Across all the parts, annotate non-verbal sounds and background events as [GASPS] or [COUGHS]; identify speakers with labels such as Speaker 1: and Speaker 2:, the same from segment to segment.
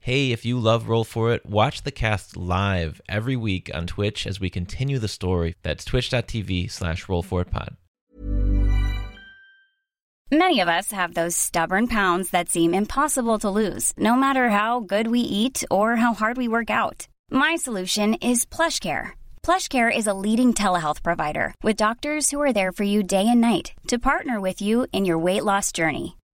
Speaker 1: Hey, if you love Roll For It, watch the cast live every week on Twitch as we continue the story. That's twitch.tv slash rollforitpod.
Speaker 2: Many of us have those stubborn pounds that seem impossible to lose, no matter how good we eat or how hard we work out. My solution is PlushCare. PlushCare is a leading telehealth provider with doctors who are there for you day and night to partner with you in your weight loss journey.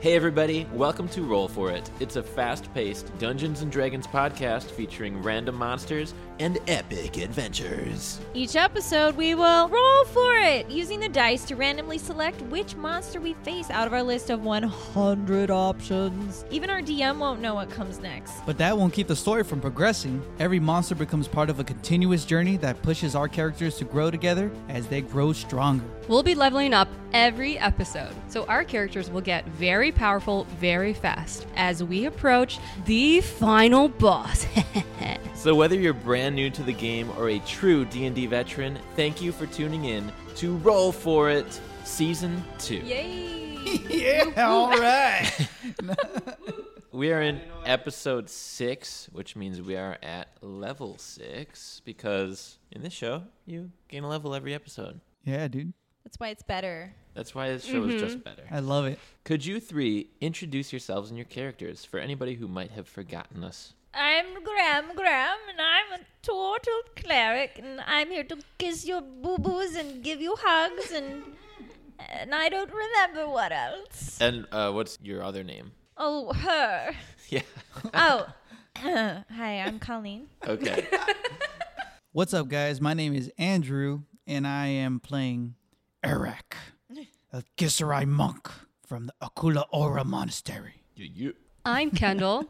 Speaker 3: Hey everybody, welcome to Roll For It. It's a fast-paced Dungeons and Dragons podcast featuring random monsters and epic adventures.
Speaker 4: Each episode, we will roll for it using the dice to randomly select which monster we face out of our list of 100 options. Even our DM won't know what comes next.
Speaker 5: But that won't keep the story from progressing. Every monster becomes part of a continuous journey that pushes our characters to grow together as they grow stronger.
Speaker 6: We'll be leveling up every episode, so our characters will get very powerful very fast as we approach the final boss. [LAUGHS]
Speaker 3: So whether you're brand new to the game or a true D&D veteran, thank you for tuning in to Roll For It Season 2.
Speaker 4: Yay!
Speaker 6: [LAUGHS]
Speaker 5: Yeah, all right.
Speaker 3: We are in episode 6, which means we are at level 6 because in this show, you gain a level every episode.
Speaker 5: yeah, dude.
Speaker 4: That's why it's better.
Speaker 3: That's why this show is just better.
Speaker 5: I love it.
Speaker 3: Could you three introduce yourselves and your characters for anybody who might have forgotten us?
Speaker 4: I'm Graham Graham, and I'm a total cleric, and I'm here to kiss your boo boos and give you hugs, and and I don't remember what else.
Speaker 3: And uh, what's your other name?
Speaker 4: Oh, her.
Speaker 3: [LAUGHS] Yeah.
Speaker 4: Oh, [COUGHS] hi, I'm Colleen.
Speaker 3: Okay.
Speaker 5: What's up, guys? My name is Andrew, and I am playing Eric, a Gisarai monk from the Akula Aura Monastery.
Speaker 3: [LAUGHS] you, you.
Speaker 6: I'm Kendall.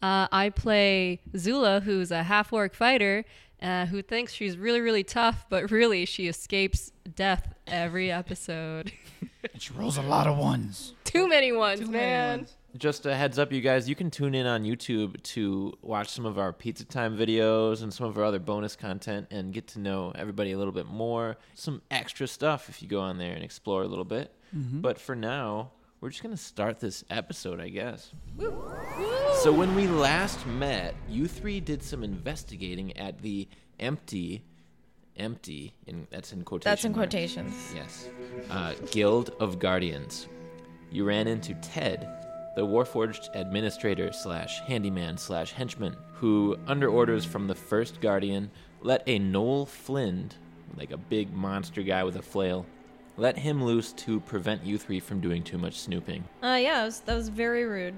Speaker 6: Uh, I play Zula, who's a half orc fighter uh, who thinks she's really, really tough, but really she escapes death every episode.
Speaker 5: And she rolls a lot of ones.
Speaker 6: Too many ones, man.
Speaker 3: Just a heads up, you guys, you can tune in on YouTube to watch some of our Pizza Time videos and some of our other bonus content and get to know everybody a little bit more. Some extra stuff if you go on there and explore a little bit. But for now, we're just going to start this episode, I guess. So, when we last met, you three did some investigating at the empty, empty, in, that's in quotation.
Speaker 4: That's in
Speaker 3: marks.
Speaker 4: quotations.
Speaker 3: Yes. Uh, Guild of Guardians. You ran into Ted, the Warforged administrator slash handyman slash henchman, who, under orders from the first Guardian, let a Noel Flind, like a big monster guy with a flail, let him loose to prevent you three from doing too much snooping. [LAUGHS]
Speaker 4: Uh, yeah, that was, that was very rude.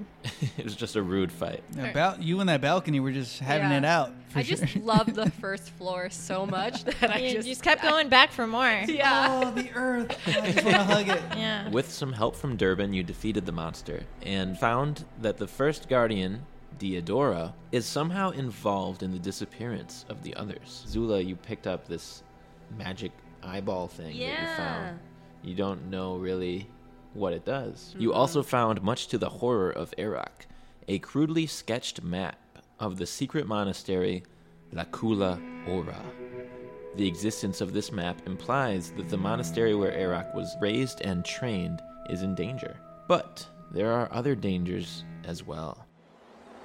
Speaker 3: it was just a rude fight.
Speaker 5: Now, bal- you and that balcony were just having
Speaker 6: Yeah.
Speaker 5: it out. for
Speaker 6: I just
Speaker 5: sure.
Speaker 6: [LAUGHS] love the first floor so much that I
Speaker 4: You
Speaker 6: just,
Speaker 4: just, kept going back for more.
Speaker 6: [LAUGHS] Yeah.
Speaker 5: Oh, the
Speaker 6: [LAUGHS]
Speaker 5: earth. I just want to hug it.
Speaker 4: Yeah.
Speaker 3: With some help from Durban, you defeated the monster and found that the first guardian, Diodora, is somehow involved in the disappearance of the others. Zula, you picked up this magic eyeball thing that you found. You don't know really what it does. You also found, much to the horror of Erak, a crudely sketched map of the secret monastery Lacula Ora. The existence of this map implies that the monastery where Arak was raised and trained is in danger. But there are other dangers as well.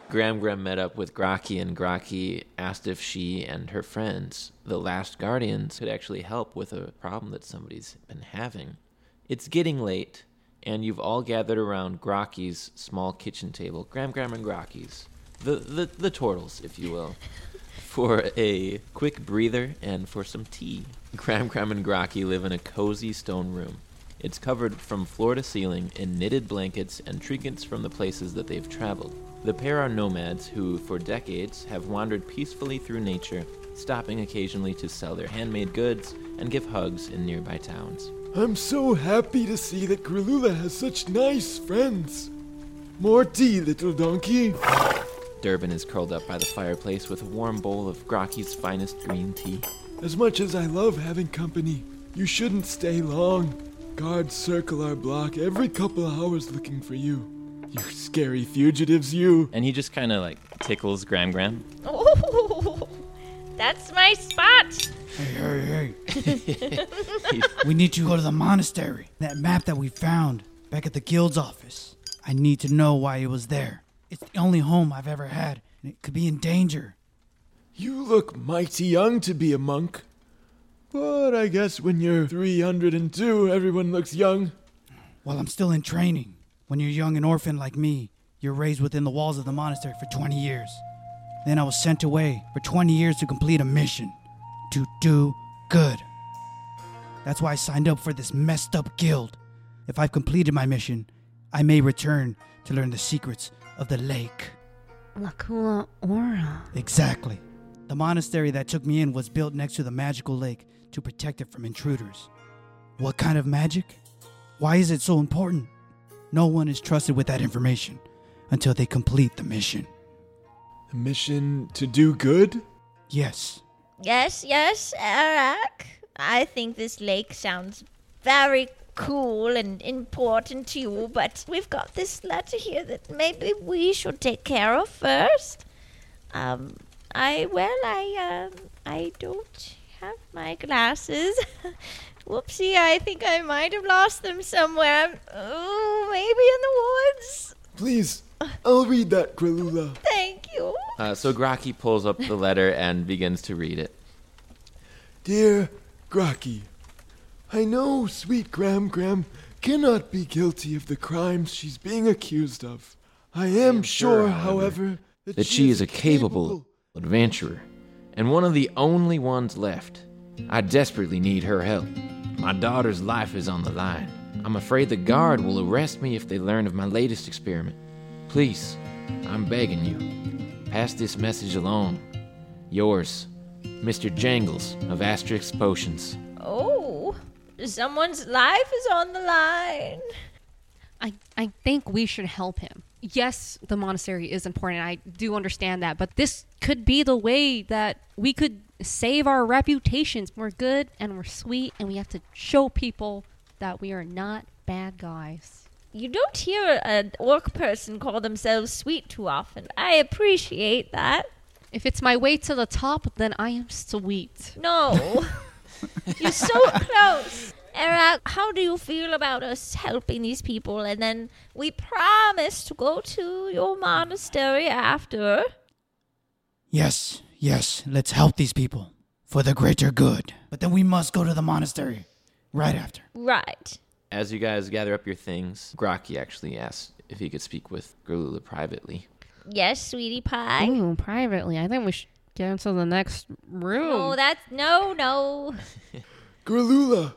Speaker 3: Graham Graham met up with Graki, and Graki asked if she and her friends, the last guardians, could actually help with a problem that somebody's been having. It's getting late, and you've all gathered around Graki's small kitchen table, Graham Graham and Graki's, the, the, the turtles, if you will for a quick breather and for some tea. Cram Cram and Graki live in a cozy stone room. It's covered from floor to ceiling in knitted blankets and trinkets from the places that they've traveled. The pair are nomads who, for decades, have wandered peacefully through nature, stopping occasionally to sell their handmade goods and give hugs in nearby towns.
Speaker 7: I'm so happy to see that Grelula has such nice friends. More tea, little donkey.
Speaker 3: Durban is curled up by the fireplace with a warm bowl of Graki's finest green tea.
Speaker 7: As much as I love having company, you shouldn't stay long. Guards circle our block every couple hours looking for you. You scary fugitives, you.
Speaker 8: And he just kind of like tickles Gram Gram.
Speaker 4: Oh, that's my spot.
Speaker 9: Hey, hey, hey. [LAUGHS] we need to go to the monastery. That map that we found back at the guild's office. I need to know why it was there. It's the only home I've ever had, and it could be in danger.
Speaker 7: You look mighty young to be a monk. But I guess when you're 302, everyone looks young.
Speaker 9: While I'm still in training, when you're young and orphan like me, you're raised within the walls of the monastery for 20 years. Then I was sent away for 20 years to complete a mission to do good. That's why I signed up for this messed up guild. If I've completed my mission, I may return to learn the secrets of the lake.
Speaker 4: Lakula Aura.
Speaker 9: Exactly. The monastery that took me in was built next to the magical lake to protect it from intruders. What kind of magic? Why is it so important? No one is trusted with that information until they complete the mission.
Speaker 7: A mission to do good?
Speaker 9: Yes.
Speaker 4: Yes, yes, Eric. I think this lake sounds very cool and important to you, but we've got this letter here that maybe we should take care of first. Um, I well, I um, I don't have my glasses. [LAUGHS] Whoopsie! I think I might have lost them somewhere. Oh, maybe in the woods.
Speaker 7: Please, I'll read that, Grelula.
Speaker 4: Thank you.
Speaker 3: Uh, so Graki pulls up the letter and begins to read it.
Speaker 7: Dear Graki, I know sweet Gram Gram cannot be guilty of the crimes she's being accused of. I am sure, however,
Speaker 3: That she is a capable adventurer and one of the only ones left. I desperately need her help. My daughter's life is on the line. I'm afraid the guard will arrest me if they learn of my latest experiment. Please, I'm begging you, pass this message along. Yours, Mr. Jangles of Asterix Potions.
Speaker 4: Oh, someone's life is on the line.
Speaker 6: I, I think we should help him. Yes, the monastery is important. I do understand that. But this could be the way that we could save our reputations. We're good and we're sweet, and we have to show people that we are not bad guys.
Speaker 4: You don't hear an orc person call themselves sweet too often. I appreciate that.
Speaker 6: If it's my way to the top, then I am sweet.
Speaker 4: No. You're so close. Eric, how do you feel about us helping these people? And then we promise to go to your monastery after.
Speaker 9: Yes, yes, let's help these people for the greater good. But then we must go to the monastery right after.
Speaker 4: Right.
Speaker 3: As you guys gather up your things, Graki actually asks if he could speak with Grulula privately.
Speaker 4: Yes, sweetie pie.
Speaker 6: Ooh, privately. I think we should get into the next room.
Speaker 4: No, that's no, no.
Speaker 7: Grelula,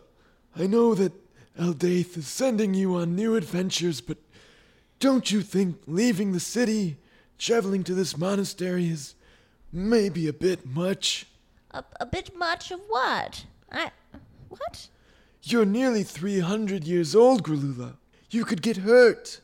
Speaker 7: I know that Eldaith is sending you on new adventures, but don't you think leaving the city, traveling to this monastery is maybe a bit much?
Speaker 4: A, a bit much of what? I. What?
Speaker 7: You're nearly 300 years old, Grelula. You could get hurt.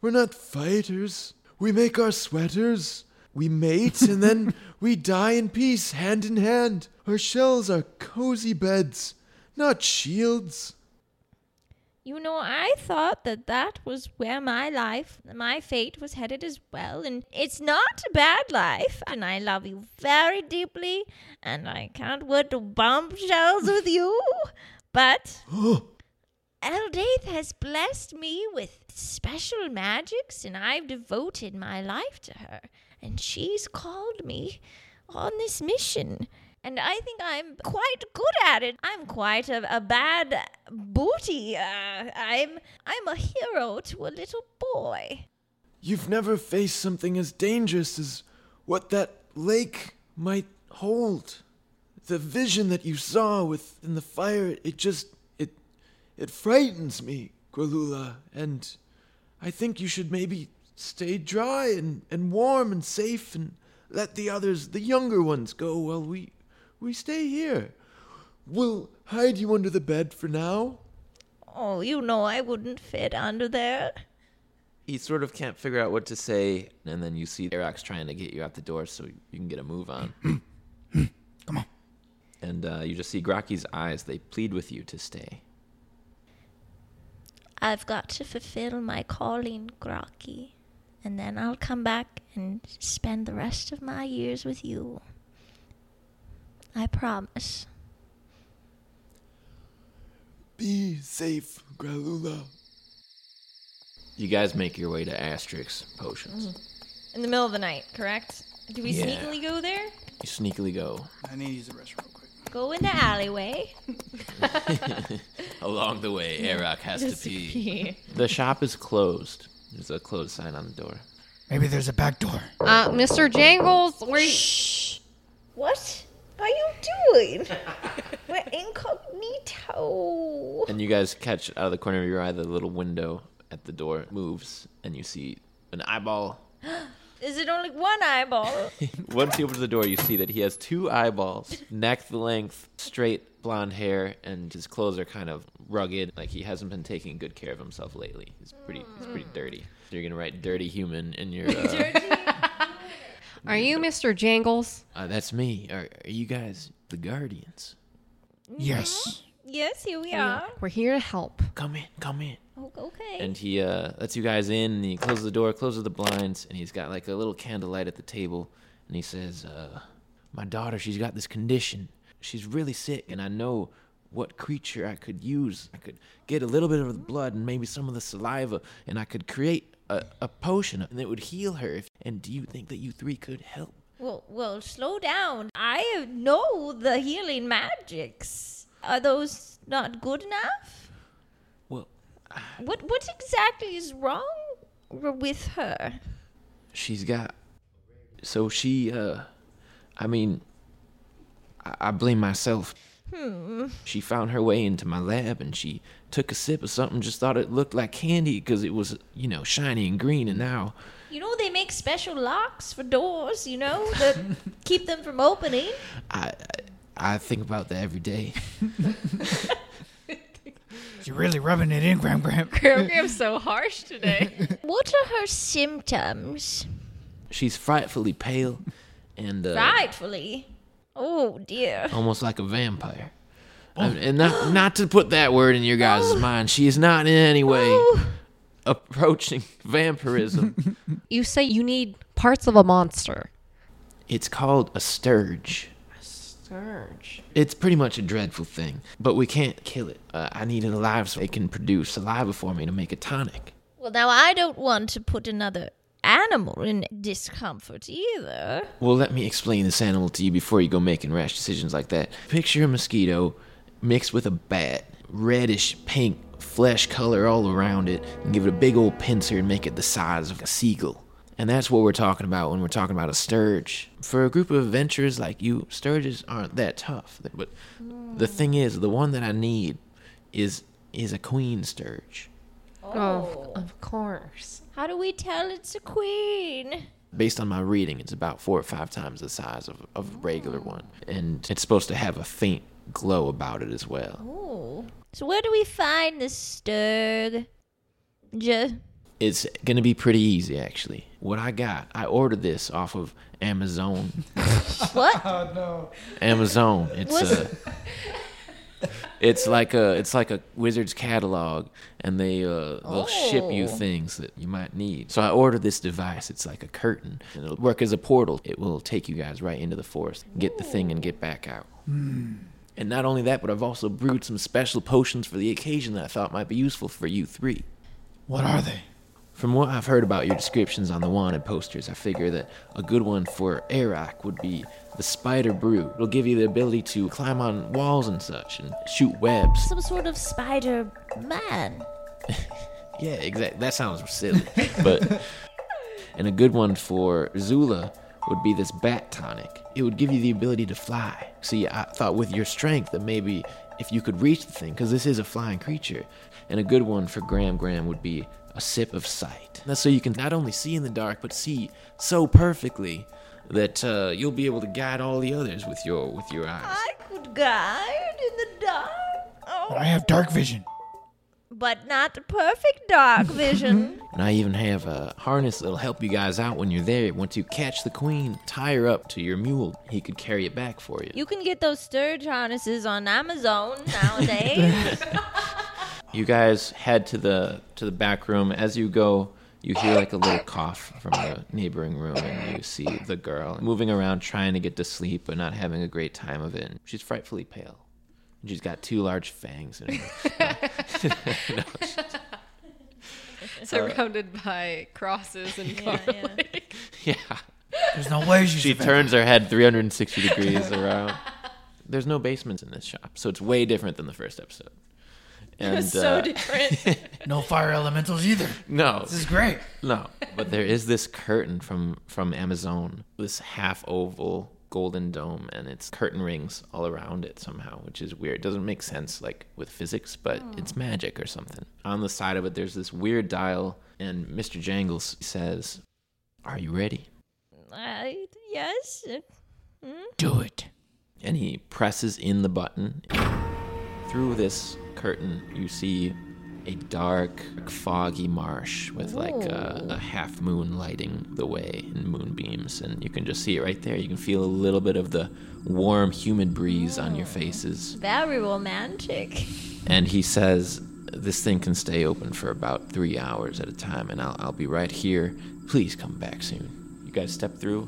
Speaker 7: We're not fighters. We make our sweaters. We mate and then we die in peace, hand in hand. Our shells are cozy beds, not shields. [GASPS]
Speaker 4: You know, I thought that that was where my life, my fate was headed as well, and it's not a bad life. And I love you very deeply, and I can't wait to bump shells with you. But
Speaker 7: Oh,
Speaker 4: Eldaith has blessed me with special magics, and I've devoted my life to her. And she's called me on this mission. And I think I'm quite good at it. I'm quite a, a bad booty. Uh, I'm I'm a hero to a little boy.
Speaker 7: You've never faced something as dangerous as what that lake might hold. The vision that you saw within the fire, it just it it frightens me, Grelula, and I think you should maybe stay dry and, and warm and safe and let the others, the younger ones, go while we we stay here. We'll hide you under the bed for now.
Speaker 4: Oh, you know I wouldn't fit under there.
Speaker 3: He sort of can't figure out what to say, and then you see Arax trying to get you out the door so you can get a move on.
Speaker 9: [CLEARS THROAT] Come on.
Speaker 3: And uh, you just see Graki's eyes, they plead with you to stay.
Speaker 4: I've got to fulfill my calling, Graki. and then I'll come back and spend the rest of my years with you. I promise.
Speaker 10: Be safe, Gralula.
Speaker 7: You guys make your way to Asterix Potions.
Speaker 9: Mm.
Speaker 4: In the middle of the night, correct? Do we
Speaker 7: Yeah.
Speaker 4: sneakily go there?
Speaker 7: You sneakily go
Speaker 9: I need to use the restroom real quick.
Speaker 4: Go in the alleyway.
Speaker 7: along the way. Arak has to pee.
Speaker 4: Yeah.
Speaker 7: The shop is closed. There's a closed sign on the door.
Speaker 9: Maybe there's a back door.
Speaker 6: Uh, Mr. Jangles, where you-
Speaker 4: What are you [LAUGHS] doing? We're incognito.
Speaker 7: And you guys catch out of the corner of your eye the little window at the door moves, and you see an eyeball.
Speaker 4: Is it only one eyeball?
Speaker 7: Once he opens the door, you see that he has two eyeballs, neck length, straight blonde hair, and his clothes are kind of rugged. Like he hasn't been taking good care of himself lately. He's pretty, he's pretty dirty. You're gonna write "dirty human" in your. Uh,
Speaker 6: are you Mr. Jangles?
Speaker 7: uh, that's me. Are, are you guys the guardians?
Speaker 9: Yes.
Speaker 4: [LAUGHS] yes, here we are.
Speaker 6: We're here to help.
Speaker 7: Come in, come in.
Speaker 4: O- Okay.
Speaker 7: and he uh, lets you guys in and he closes the door closes the blinds and he's got like a little candlelight at the table and he says uh, my daughter she's got this condition she's really sick and i know what creature i could use i could get a little bit of the blood and maybe some of the saliva and i could create a, a potion and it would heal her if, and do you think that you three could help
Speaker 4: well, well, slow down. I know the healing magics. Are those not good enough?
Speaker 7: well
Speaker 4: What what exactly is wrong w- with her?
Speaker 7: she's got so she uh i mean i, I blame myself hmm. she found her way into my lab and she took a sip of something just thought it looked like candy because it was you know shiny and green and now
Speaker 4: You know they make special locks for doors, you know, that keep them from opening.
Speaker 7: i i, I think about that every day
Speaker 9: You're really rubbing it in, Graham Graham.
Speaker 6: Program's so harsh today.
Speaker 4: [LAUGHS] What are her symptoms?
Speaker 7: she's frightfully pale and uh,
Speaker 4: Rightfully. Oh dear.
Speaker 7: almost like a vampire And- and not, not to put that word in your guys' mind she is not in any way
Speaker 4: Oh.
Speaker 7: approaching [LAUGHS] vampirism
Speaker 6: you say you need parts of a monster.
Speaker 7: It's called a sturge.
Speaker 11: Scourge.
Speaker 7: It's pretty much a dreadful thing, but we can't kill it. Uh, I need it alive so it can produce saliva for me to make a tonic.
Speaker 4: Well, now I don't want to put another animal in discomfort either.
Speaker 7: Well, let me explain this animal to you before you go making rash decisions like that. Picture a mosquito mixed with a bat, reddish pink flesh color all around it, and give it a big old pincer and make it the size of a seagull. And that's what we're talking about when we're talking about a sturge. For a group of adventurers like you, sturges aren't that tough. But the thing is, the one that I need is is a queen sturge.
Speaker 6: Oh, of course.
Speaker 4: How do we tell it's a queen?
Speaker 7: based on my reading, it's about four or five times the size of, of a regular one. And it's supposed to have a faint glow about it as well.
Speaker 4: Oh. So where do we find this sturg? Just
Speaker 7: It's going to be pretty easy, actually. What I got, I ordered this off of Amazon.
Speaker 4: what?
Speaker 7: Amazon. It's
Speaker 4: What's-
Speaker 7: a. It's like a it's like a wizard's catalog, and they uh, they'll ship you
Speaker 4: Oh.
Speaker 7: things that you might need. So I ordered this device. It's like a curtain, and it'll work as a portal. It will take you guys right into the forest, get the thing, and get back out. And not only that, but I've also brewed some special potions for the occasion that I thought might be useful for you three.
Speaker 9: What are they?
Speaker 7: From what I've heard about your descriptions on the wanted posters, I figure that a good one for Arak would be the Spider Brew. It'll give you the ability to climb on walls and such and shoot webs.
Speaker 4: Some sort of spider man.
Speaker 7: Yeah, exactly. That sounds silly, but and a good one for Zula would be this bat tonic. It would give you the ability to fly. See, I thought with your strength that maybe if you could reach the thing, because this is a flying creature. And a good one for Graham Graham would be a sip of sight. That's so you can not only see in the dark, but see so perfectly that uh, you'll be able to guide all the others with your with your eyes.
Speaker 4: I could guide in the dark.
Speaker 9: But
Speaker 4: Oh.
Speaker 9: I have dark vision.
Speaker 4: But not the perfect dark vision.
Speaker 7: And I even have a harness that'll help you guys out when you're there. Once you catch the queen, tie her up to your mule. He could carry it back for you.
Speaker 4: you can get those sturge harnesses on Amazon nowadays.
Speaker 7: You guys head to the to the back room. As you go,
Speaker 3: You hear like a little cough from the neighboring room, and you see the girl moving around trying to get to sleep, but not having a great time of it. And she's frightfully pale. And she's got two large fangs in her.
Speaker 6: [LAUGHS]
Speaker 12: surrounded by crosses and garlic.
Speaker 3: yeah.
Speaker 5: There's no way she's
Speaker 3: She
Speaker 5: a vampire.
Speaker 3: turns her head 360 degrees around. There's no basements in this shop, so it's way different than the first episode. And,
Speaker 12: so
Speaker 3: uh,
Speaker 12: different.
Speaker 5: No fire elementals either.
Speaker 3: no,
Speaker 5: This is great.
Speaker 3: no. But there is this curtain from from Amazon, this half oval golden dome, and it's curtain rings all around it somehow, which is weird. It doesn't make sense like with physics, but it's magic or something. On the side of it, there's this weird dial, and Mr. Jangles says, "Are you ready?"
Speaker 4: Uh, yes. uh,
Speaker 5: Do it.
Speaker 3: and he presses in the button. Through this curtain, you see a dark, foggy marsh with like a, a half moon lighting the way and moonbeams, and you can just see it right there. You can feel a little bit of the warm, humid breeze on your faces.
Speaker 4: Very romantic.
Speaker 3: And he says, This thing can stay open for about three hours at a time, and I'll, I'll be right here. Please come back soon. You guys step through.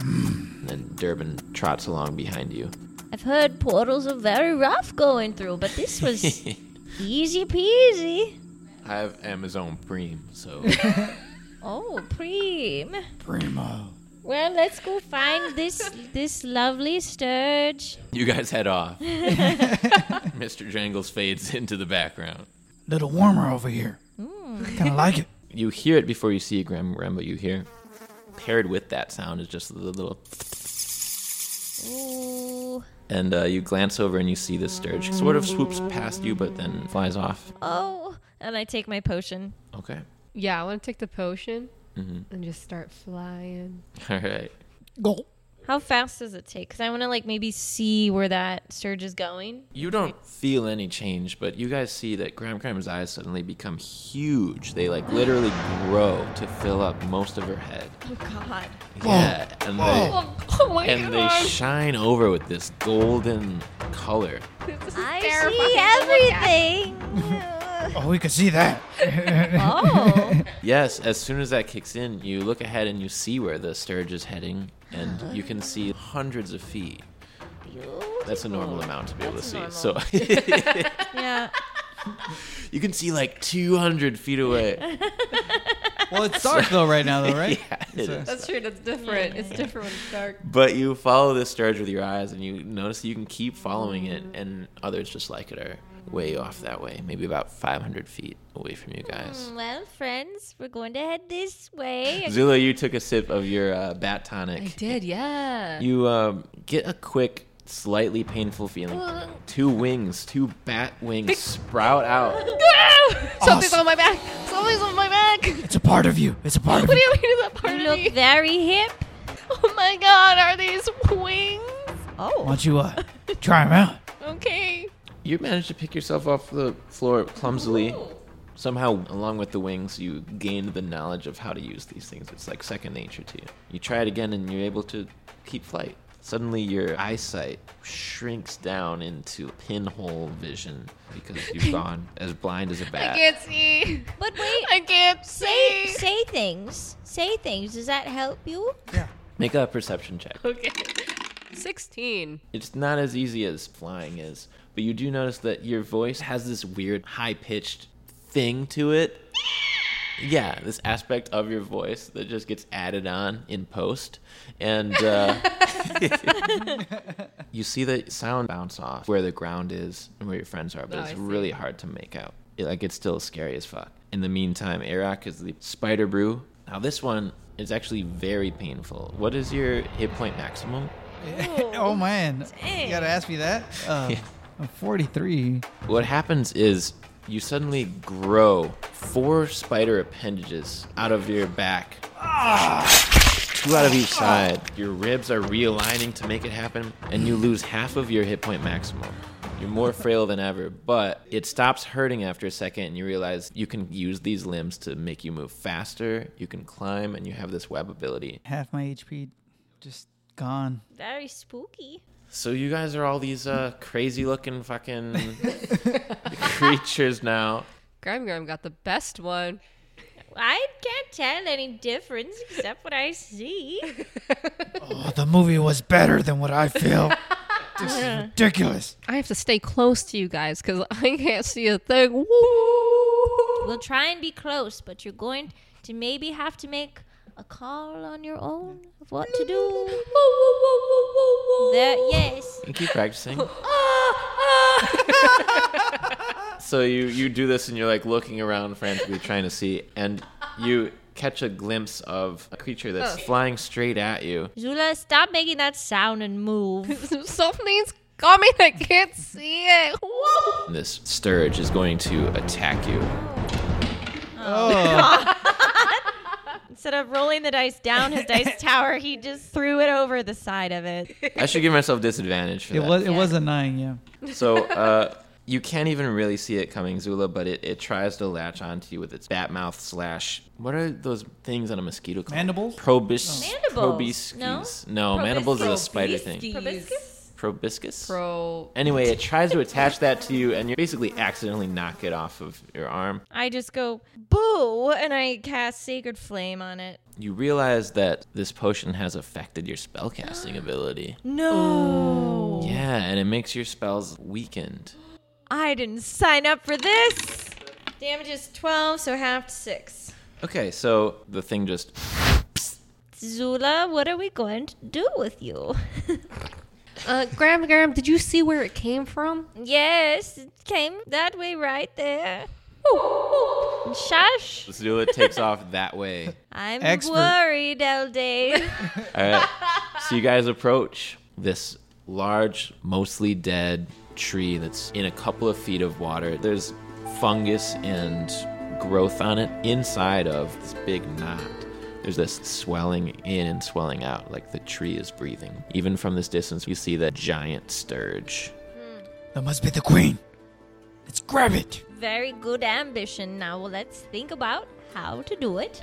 Speaker 3: And then Durbin trots along behind you.
Speaker 4: I've heard portals are very rough going through, but this was easy peasy.
Speaker 3: I have Amazon Prime, so
Speaker 4: Oh, preem.
Speaker 5: Primo.
Speaker 4: Well, let's go find [LAUGHS] this this lovely sturge.
Speaker 3: you guys head off. [LAUGHS] Mr. Jangles fades into the background.
Speaker 5: Little warmer over here. Kinda like it.
Speaker 3: You hear it before you see it, Graham. Remember, you hear paired with that sound is just the little.
Speaker 4: Ooh.
Speaker 3: And uh, you glance over and you see this sturge sort of swoops past you, but then flies off.
Speaker 4: Oh, and I take my potion.
Speaker 3: Okay. [LAUGHS]
Speaker 12: yeah, I want to take the potion and just start flying.
Speaker 3: All right.
Speaker 5: Go.
Speaker 4: How fast does it take? Because I want to like maybe see where that surge is going.
Speaker 3: You don't feel any change, but you guys see that Graham Cram's eyes suddenly become huge. They like literally grow to fill up most of her head.
Speaker 12: Oh God!
Speaker 3: Yeah, and they
Speaker 12: Oh, [LAUGHS] oh my
Speaker 3: and they
Speaker 12: God!
Speaker 3: shine over with this golden color.
Speaker 12: this is
Speaker 4: I
Speaker 12: terrifying
Speaker 4: see everything.
Speaker 5: Oh, we could see that.
Speaker 4: oh,
Speaker 3: Yes, as soon as that kicks in, you look ahead and you see where the sturge is heading,
Speaker 12: Uh-huh.
Speaker 3: and you can see hundreds of feet. That's a normal amount to be able to see. So [LAUGHS]
Speaker 12: [LAUGHS]
Speaker 4: yeah.
Speaker 3: you can see like 200 feet away.
Speaker 9: Well, it's dark though right now, though, right?
Speaker 3: Yeah, it is.
Speaker 12: That's true. That's different. It's different when it's dark.
Speaker 3: But you follow this sturge with your eyes, and you notice that you can keep following it, and others just like it are way off that way, maybe about 500 feet away from you guys.
Speaker 4: Well, friends, we're going to head this way.
Speaker 3: Zula, you took a sip of your uh, bat tonic.
Speaker 12: I did, yeah.
Speaker 3: You um, get a quick, slightly painful feeling. Two wings, two bat
Speaker 12: [LAUGHS]
Speaker 3: wings sprout out.
Speaker 12: Something's on my back. Something's on my back.
Speaker 5: It's a part of you. It's a part of
Speaker 12: What do
Speaker 5: you.
Speaker 12: you mean is that part
Speaker 4: You
Speaker 12: of
Speaker 4: look
Speaker 12: me?
Speaker 4: very [LAUGHS] hip.
Speaker 12: Oh my God! Are these wings?
Speaker 5: Why
Speaker 4: Oh,
Speaker 5: don't you uh, try him out?
Speaker 12: Okay.
Speaker 3: You manage to pick yourself off the floor clumsily. Somehow, along with the wings, you gain the knowledge of how to use these things. It's like second nature to you. You try it again, and you're able to keep flight. Suddenly, your eyesight shrinks down into pinhole vision because you've gone as blind as a
Speaker 12: I
Speaker 3: bat.
Speaker 12: can't see.
Speaker 4: but [LAUGHS] wait.
Speaker 12: I can't
Speaker 4: Say
Speaker 12: see.
Speaker 4: say things. Say things. Does that help you?
Speaker 3: Make a perception check.
Speaker 12: Okay. Sixteen.
Speaker 3: it's not as easy as flying is, but you do notice that your voice has this weird high pitched thing to it. Yeah, this aspect of your voice that just gets added on in post. And
Speaker 12: [LAUGHS]
Speaker 3: uh, you see the sound bounce off where the ground is and where your friends are, but
Speaker 12: Oh, I
Speaker 3: it's
Speaker 12: see.
Speaker 3: really hard to make out. It, like, it's still scary as fuck. In the meantime, Arak is the spider brew. Now, this one is actually very painful. What is your hit point maximum?
Speaker 9: oh man, you gotta ask me that. Uh, I'm 43.
Speaker 3: What happens is you suddenly grow four spider appendages out of your back. Two out of each side. Your ribs are realigning to make it happen, and you lose half of your hit point maximum. You're more frail than ever, but it stops hurting after a second, and you realize you can use these limbs to make you move faster, you can climb, and you have this web ability.
Speaker 9: Half my HP just gone.
Speaker 4: Very spooky.
Speaker 3: So you guys are all these uh, crazy looking fucking creatures now.
Speaker 12: Graham Graham got the best one.
Speaker 4: I can't tell any difference except what I see.
Speaker 5: Oh, the movie was better than what I feel. this is ridiculous.
Speaker 6: I have to stay close to you guys because I can't see a thing. Woo!
Speaker 4: We'll try and be close, but you're going to maybe have to make a call on your own of what to do. There, yes. [LAUGHS]
Speaker 3: You keep practicing.
Speaker 4: Ah, ah.
Speaker 3: So you you do this and you're like looking around frantically trying to see, and you catch a glimpse of a creature that's flying straight at you.
Speaker 4: Zula, stop making that sound and move.
Speaker 6: Something's got me. I can't see it. Woo!
Speaker 3: This sturge is going to attack you.
Speaker 4: [LAUGHS] Instead of rolling the dice down his [LAUGHS] dice tower, he just threw it over the side of it.
Speaker 3: I should give myself disadvantage for
Speaker 9: It
Speaker 3: that.
Speaker 9: was it was a nine, yeah.
Speaker 3: So uh, you can't even really see it coming, Zula, but it, it tries to latch onto you with its bat mouth slash. What are those things on a mosquito called?
Speaker 9: Mandibles?
Speaker 3: Probis.
Speaker 4: Mandibles, no?
Speaker 3: proboscis. No, [LAUGHS] mandibles is a spider thing. Proboscis?
Speaker 12: Pro.
Speaker 3: anyway, it tries to attach that to you, and you basically accidentally knock it off of your arm.
Speaker 4: I just go boo, and I cast Sacred Flame on it.
Speaker 3: You realize that this potion has affected your spellcasting ability.
Speaker 4: No,
Speaker 3: Yeah, and it makes your spells weakened.
Speaker 4: I didn't sign up for this. Damage is twelve, so half to six.
Speaker 3: Okay, so the thing just
Speaker 4: Zula, what are we going to do with you? [LAUGHS]
Speaker 6: Uh, Graham, Graham, did you see where it came from?
Speaker 4: yes, it came that way right there. Shush!
Speaker 3: Zula takes off that way.
Speaker 4: I'm
Speaker 9: Expert.
Speaker 4: worried, Elday.
Speaker 3: All right. So you guys approach this large, mostly dead tree that's in a couple of feet of water. There's fungus and growth on it inside of this big knot. There's this swelling in and swelling out, like the tree is breathing. Even from this distance, you see the giant sturge.
Speaker 5: That must be the queen. Let's grab it.
Speaker 4: [LAUGHS] Very good ambition. Now let's think about how to do it.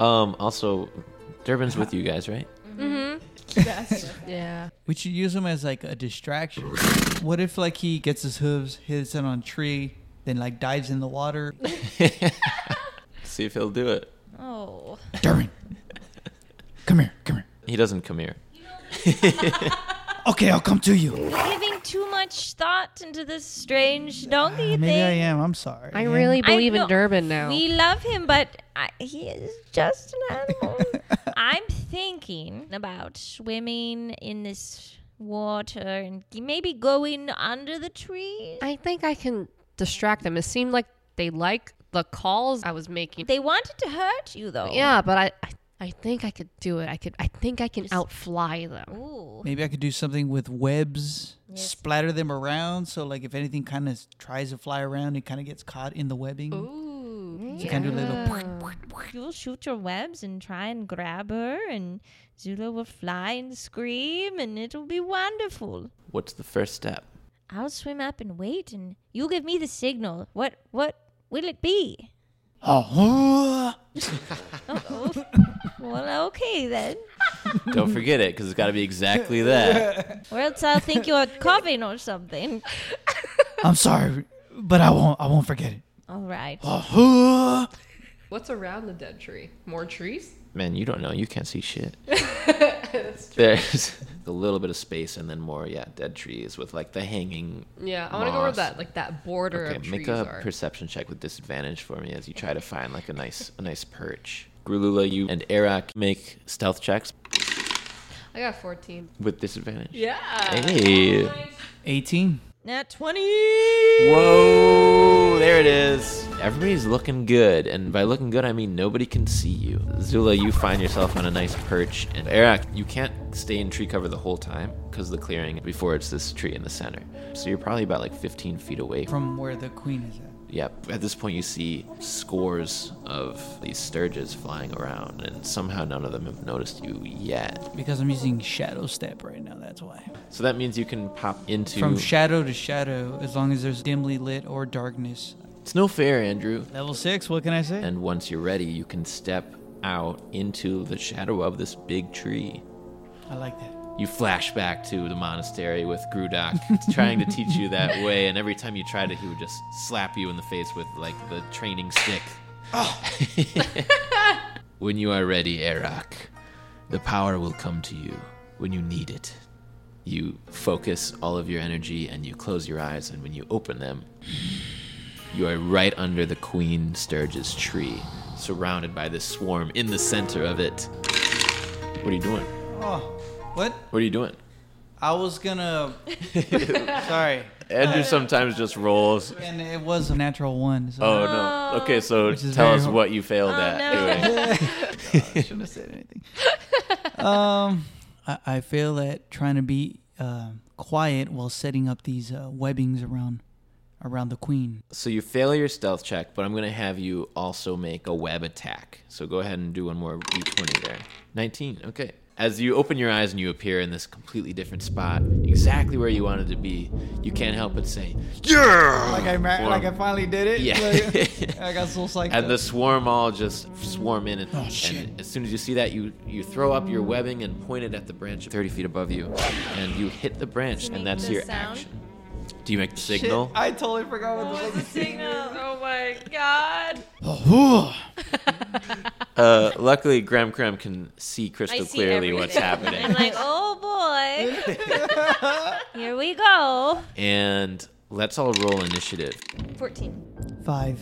Speaker 3: Um, also, Durbin's with you guys, right?
Speaker 12: Yeah.
Speaker 9: We should use him as like a distraction. What if like he gets his hooves, hits it on a tree, then like dives in
Speaker 5: [LAUGHS]
Speaker 9: the water?
Speaker 3: See if he'll do it.
Speaker 4: Oh.
Speaker 5: Durin, come here, come here.
Speaker 3: He doesn't come here.
Speaker 5: Okay, I'll come to you.
Speaker 4: Giving too much thought into this strange donkey
Speaker 9: Maybe
Speaker 4: thing.
Speaker 9: I am. I'm sorry.
Speaker 6: I
Speaker 9: yeah.
Speaker 6: really
Speaker 4: I
Speaker 6: believe
Speaker 4: know-
Speaker 6: in Durban now.
Speaker 4: We love him, but I, he is just an
Speaker 6: [LAUGHS]
Speaker 4: animal. I'm thinking about swimming in this water and maybe going under the trees.
Speaker 6: I think I can distract them. It seemed like they liked the calls I was making.
Speaker 4: They wanted to hurt you,
Speaker 12: Oh.
Speaker 4: though.
Speaker 6: yeah, but I, I, I think I could do it. I could. I think I can outfly them.
Speaker 4: Ooh.
Speaker 9: Maybe I could do something with webs, splatter them around, so like if anything kind of tries to fly around, it kind of gets caught in the webbing.
Speaker 6: Ooh.
Speaker 9: So kind of do a little. [LAUGHS]
Speaker 4: You'll shoot your webs and try and grab her, and Zula will fly and scream, and it'll be wonderful.
Speaker 3: What's the first [LAUGHS] step?
Speaker 4: I'll swim up and wait, and you give me the signal. What? What will it be?
Speaker 5: Oh,
Speaker 4: Well, okay then.
Speaker 3: Don't forget it, because it's got to be exactly that.
Speaker 4: Or else I'll think you're coughing or something.
Speaker 5: I'm sorry, but I won't. I won't forget it.
Speaker 4: All right.
Speaker 5: Oh,
Speaker 12: What's around the dead tree? More trees?
Speaker 3: Man, you don't know. You can't see shit.
Speaker 12: [LAUGHS] That's true.
Speaker 3: There's [LAUGHS] a little bit of space and then more, yeah, dead trees with like the hanging.
Speaker 12: Yeah, I want to go where
Speaker 3: moss.
Speaker 12: that like that border
Speaker 3: Okay,
Speaker 12: of
Speaker 3: make
Speaker 12: trees
Speaker 3: a
Speaker 12: are.
Speaker 3: perception check with disadvantage for me as you try to find like a nice a nice perch. Grulula, you and Arak make stealth checks
Speaker 12: I got 14.
Speaker 3: with disadvantage.
Speaker 12: Yeah.
Speaker 3: Hey.
Speaker 9: 18.
Speaker 4: Nat 20.
Speaker 3: Whoa, there it is. Everybody's looking good, and by looking good, I mean nobody can see you. Zula, you find yourself on a nice perch, and Eric, you can't stay in tree cover the whole time because the clearing before it's this tree in the center. So you're probably about like 15 feet away
Speaker 9: From where the queen is at.
Speaker 3: Yep. At this point, you see scores of these sturges flying around, and somehow none of them have noticed you yet.
Speaker 9: Because I'm using Shadow Step right now, that's why.
Speaker 3: So that means you can pop into.
Speaker 9: From shadow to shadow, as long as there's dimly lit or darkness.
Speaker 3: it's no fair, Andrew.
Speaker 9: Level 6, what can I say?
Speaker 3: And once you're ready, you can step out into the shadow of this big tree.
Speaker 9: I like that.
Speaker 3: You flash back to the monastery with Grudak [LAUGHS] trying to teach you that way, and every time you tried it, he would just slap you in the face with like the training stick. [LAUGHS] when you are ready, Erak, the power will come to you when you need it. You focus all of your energy and you close your eyes, and when you open them, you are right under the Queen Sturge's tree, surrounded by this swarm in the center of it. What are you doing?
Speaker 9: Oh, what?
Speaker 3: What are you doing?
Speaker 9: I was [LAUGHS] gonna. Sorry.
Speaker 3: Andrew sometimes just rolls.
Speaker 9: And it was a natural one. So.
Speaker 3: Oh no. Okay, so
Speaker 9: Which is
Speaker 3: tell
Speaker 9: very
Speaker 3: us
Speaker 9: hard.
Speaker 3: what you failed at.
Speaker 9: [LAUGHS] I
Speaker 3: doing.
Speaker 9: shouldn't have said anything. um, I, I fail at trying to be uh, quiet while setting up these uh, webbings around around the queen.
Speaker 3: so you fail your stealth check, but I'm gonna have you also make a web attack. So go ahead and do one more d20 there. 19. Okay. As you open your eyes and you appear in this completely different spot, exactly where you wanted to be, you can't help but say, "Yeah!"
Speaker 9: Like I ma-
Speaker 3: Or-
Speaker 9: like I finally did it.
Speaker 3: Yeah.
Speaker 9: [LAUGHS] Like, I got so psyched.
Speaker 3: and
Speaker 9: up.
Speaker 3: the swarm all just swarm in. And,
Speaker 9: Oh,
Speaker 3: and as soon as you see that, you, you throw up your webbing and point it at the branch 30 feet above you. And you hit the branch, and that's your action. Do you make the
Speaker 9: Shit,
Speaker 3: signal?
Speaker 9: I totally forgot what the fuck-
Speaker 12: Oh my god.
Speaker 3: Uh, luckily, Graham Cram can see crystal
Speaker 4: I see
Speaker 3: clearly what's
Speaker 4: everything. I'm [LAUGHS]
Speaker 3: happening.
Speaker 4: like, oh boy. Here we go.
Speaker 3: and let's all roll initiative.
Speaker 4: 14.
Speaker 9: Five.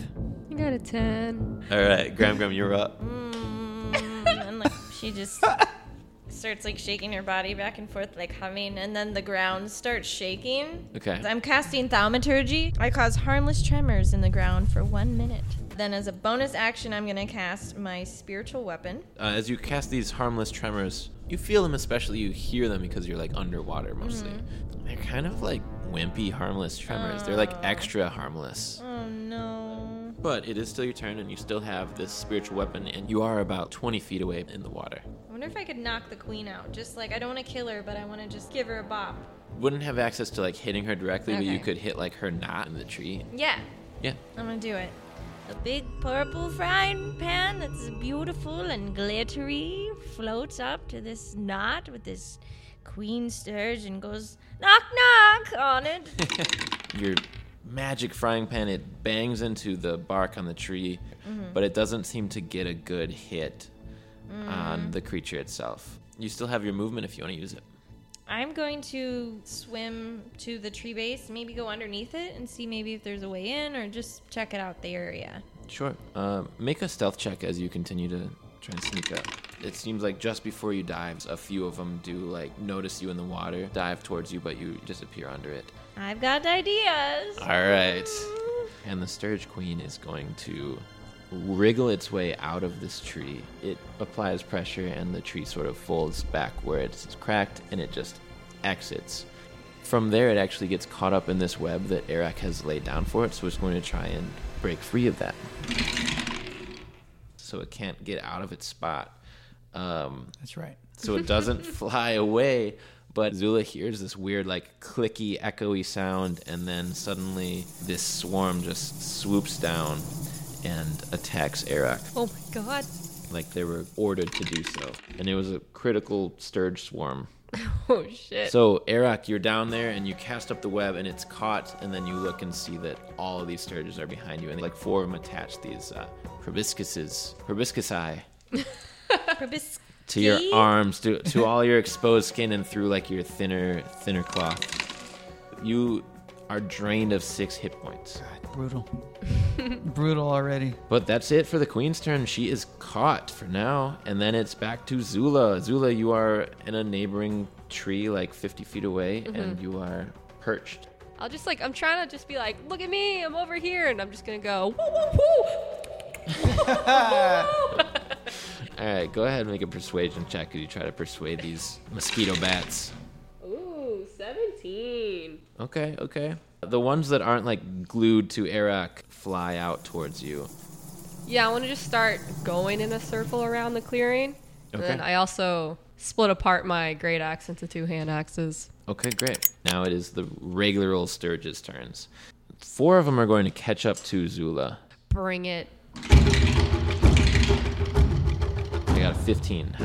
Speaker 12: You got a 10.
Speaker 3: All right, Graham Graham, you're up.
Speaker 4: Mm-hmm. Mm, and like she just starts like shaking her body back and forth, like humming, and then the ground starts shaking.
Speaker 3: Okay.
Speaker 4: I'm casting thaumaturgy. I cause harmless tremors in the ground for one minute. Then, as a bonus action, I'm gonna cast my spiritual weapon.
Speaker 3: Uh, as you cast these harmless tremors, you feel them, especially you hear them because you're like underwater mostly.
Speaker 4: Mm-hmm.
Speaker 3: They're kind of like wimpy, harmless tremors. They're
Speaker 4: Ah.
Speaker 3: like extra harmless.
Speaker 4: Oh no.
Speaker 3: But it is still your turn, and you still have this spiritual weapon, and you are about 20 feet away in the water.
Speaker 4: I wonder if I could knock the queen out. Just like I don't want to kill her, but I want to just give her a bop.
Speaker 3: Wouldn't have access to like hitting her directly, but you
Speaker 4: Okay.
Speaker 3: could hit like her knot in the tree.
Speaker 4: Yeah,
Speaker 3: Yeah.
Speaker 4: I'm gonna do it. A big purple frying pan that's beautiful and glittery floats up to this knot with this queen sturge and goes knock knock on it.
Speaker 12: [LAUGHS]
Speaker 3: Your magic frying pan it bangs into the bark on the tree,
Speaker 4: Mhm.
Speaker 3: but it doesn't seem to get a good hit on the creature itself. You still have your movement if you want to use it.
Speaker 4: I'm going to swim to the tree base, maybe go underneath it and see maybe if there's a way in or just check it out the area.
Speaker 3: Sure. Uh, make a stealth check as you continue to try and sneak up. It seems like just before you dive, a few of them do like notice you in the water, dive towards you, but you disappear under it.
Speaker 4: I've got ideas.
Speaker 3: All right. And the Sturge Queen is going to wriggle its way out of this tree. It applies pressure, and the tree sort of folds back where it's cracked, and it just exits. From there, it actually gets caught up in this web that Eric has laid down for it, so it's going to try and break free of that. So it can't get out of its spot. Um,
Speaker 9: That's right.
Speaker 3: so it doesn't [LAUGHS] fly away. But Zula hears this weird, like, clicky, echoey sound, and then suddenly this swarm just swoops down and attacks Arak
Speaker 12: Oh my god.
Speaker 3: like they were ordered to do so. And it was a critical Sturge swarm.
Speaker 12: [LAUGHS] oh shit.
Speaker 3: So, Eric, you're down there and you cast up the web and it's caught, and then you look and see that all of these sturges are behind you, and like four of them attach these uh, proboscises, proboscisi
Speaker 12: [LAUGHS]
Speaker 4: Probis-
Speaker 3: to your arms, to, to all your exposed skin, and through like your thinner, thinner cloth. You are drained of six hit points.
Speaker 9: Brutal. [LAUGHS] Brutal already.
Speaker 3: But that's it for the queen's turn. She is caught for now, and then it's back to Zula. Zula, you are in a neighboring tree, like 50 feet away, and
Speaker 12: Mhm.
Speaker 3: you are perched.
Speaker 12: I'll just like I'm trying to just be like, look at me, I'm over here, and I'm just gonna go woo woo woo.
Speaker 3: All right, go ahead and make a persuasion check as you try to persuade these mosquito bats.
Speaker 12: Ooh, 17.
Speaker 3: Okay, okay. The ones that aren't like glued to Arak fly out towards you.
Speaker 12: Yeah, I want to just start going in a circle around the clearing. And then
Speaker 3: Okay.
Speaker 12: I also split apart my great axe into two hand axes.
Speaker 3: Okay, great. Now it is the regular old Sturge's turns. Four of them are going to catch up to Zula.
Speaker 12: Bring it. [LAUGHS]
Speaker 3: I got a 15.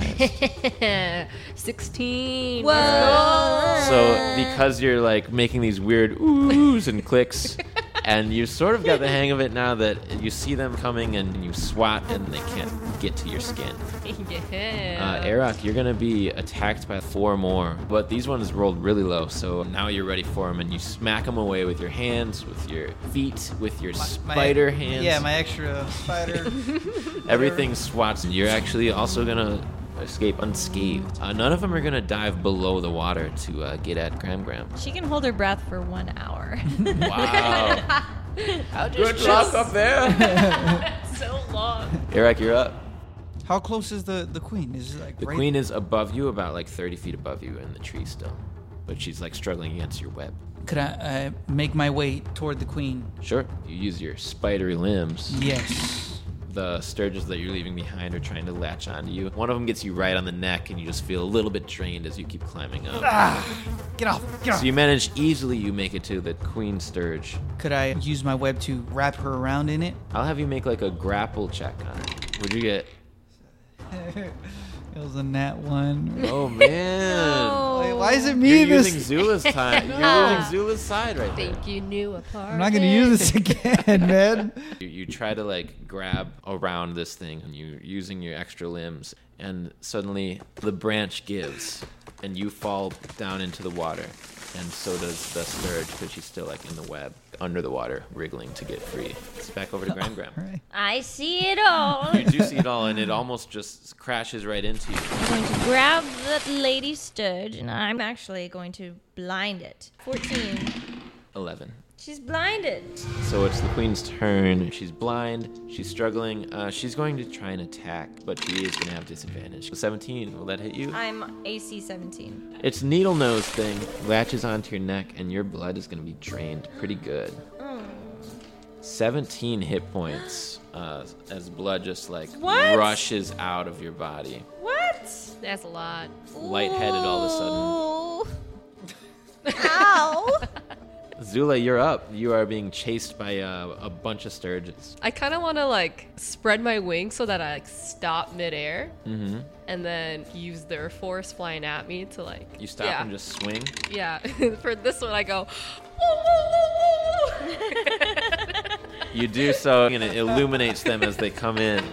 Speaker 12: 16.
Speaker 4: Whoa.
Speaker 12: [LAUGHS] Let's go.
Speaker 3: So because you're like making these weird oohs and clicks, and you sort of got the hang of it now that you see them coming and you swat and they can't get to your skin.
Speaker 12: yeah.
Speaker 3: Uh, Arak, you're gonna be attacked by four more, but these ones rolled really low, so now you're ready for them, and you smack them away with your hands, with your feet, with your spider hands.
Speaker 9: Yeah, my extra
Speaker 3: [LAUGHS]
Speaker 9: spider.
Speaker 3: Everything swats, and you're actually also gonna escape unscathed. Uh, none of them are gonna dive below the water to uh, get at Gram Gram.
Speaker 4: She can hold her breath for one hour.
Speaker 3: Wow.
Speaker 4: I'll
Speaker 3: Good luck up there.
Speaker 4: [LAUGHS] so long.
Speaker 3: [LAUGHS] Eric, you're up.
Speaker 9: How close is the the queen? Is it like
Speaker 3: The
Speaker 9: right-
Speaker 3: queen is above you, about like 30 feet above you in the tree still, but she's like struggling against your web.
Speaker 9: Could I uh, make my way toward the queen?
Speaker 3: Sure. You use your spidery limbs.
Speaker 9: Yes.
Speaker 3: The sturges that you're leaving behind are trying to latch onto you. One of them gets you right on the neck, and you just feel a little bit drained as you keep climbing up.
Speaker 9: Get off! Get off!
Speaker 3: So you manage easily, you make it to the queen sturge.
Speaker 9: Could I use my web to wrap her around in it?
Speaker 3: I'll have you make like a grapple check on it. Would you [LAUGHS] get?
Speaker 9: it was a nat one.
Speaker 3: Oh man!
Speaker 9: Wait, why is it me
Speaker 3: You're
Speaker 9: this-
Speaker 3: using Zula's time. You're using Zula's side right there.
Speaker 12: Think you knew apart.
Speaker 9: I'm not gonna use this
Speaker 3: [LAUGHS]
Speaker 9: again, [LAUGHS] man.
Speaker 3: You, you try to like grab around this thing and you're using your extra limbs, and suddenly the branch gives and you fall down into the water. And so does the Sturge because she's still like in the web, under the water, wriggling to get free. It's back over to Gram Gram.
Speaker 4: I see it all.
Speaker 3: You do see it all, and it almost just crashes right into you.
Speaker 4: Grab that lady sturge, and I'm actually going to blind it. 14.
Speaker 3: 11.
Speaker 4: She's blinded.
Speaker 3: So it's the queen's turn. She's blind. She's struggling. Uh, she's going to try and attack, but she is going to have disadvantage. 17, will that hit you?
Speaker 4: I'm AC 17.
Speaker 3: Its needle nose thing latches onto your neck, and your blood is going to be drained pretty good.
Speaker 4: Oh.
Speaker 3: 17 hit points uh, as blood just like
Speaker 12: What?
Speaker 3: rushes out of your body.
Speaker 4: What?
Speaker 12: That's a lot.
Speaker 3: Lightheaded all of a sudden.
Speaker 4: Oh. Ow!
Speaker 3: Zula, you're up. You are being chased by a, a bunch of sturges.
Speaker 12: I kind of want to like spread my wings so that I like stop midair
Speaker 3: Mm-hmm.
Speaker 12: and then use their force flying at me to like.
Speaker 3: You stop
Speaker 12: yeah.
Speaker 3: and just swing.
Speaker 12: Yeah. [LAUGHS] For this one, I go. "Woo, woo, woo, woo,
Speaker 3: You do so, and it illuminates them as they come in.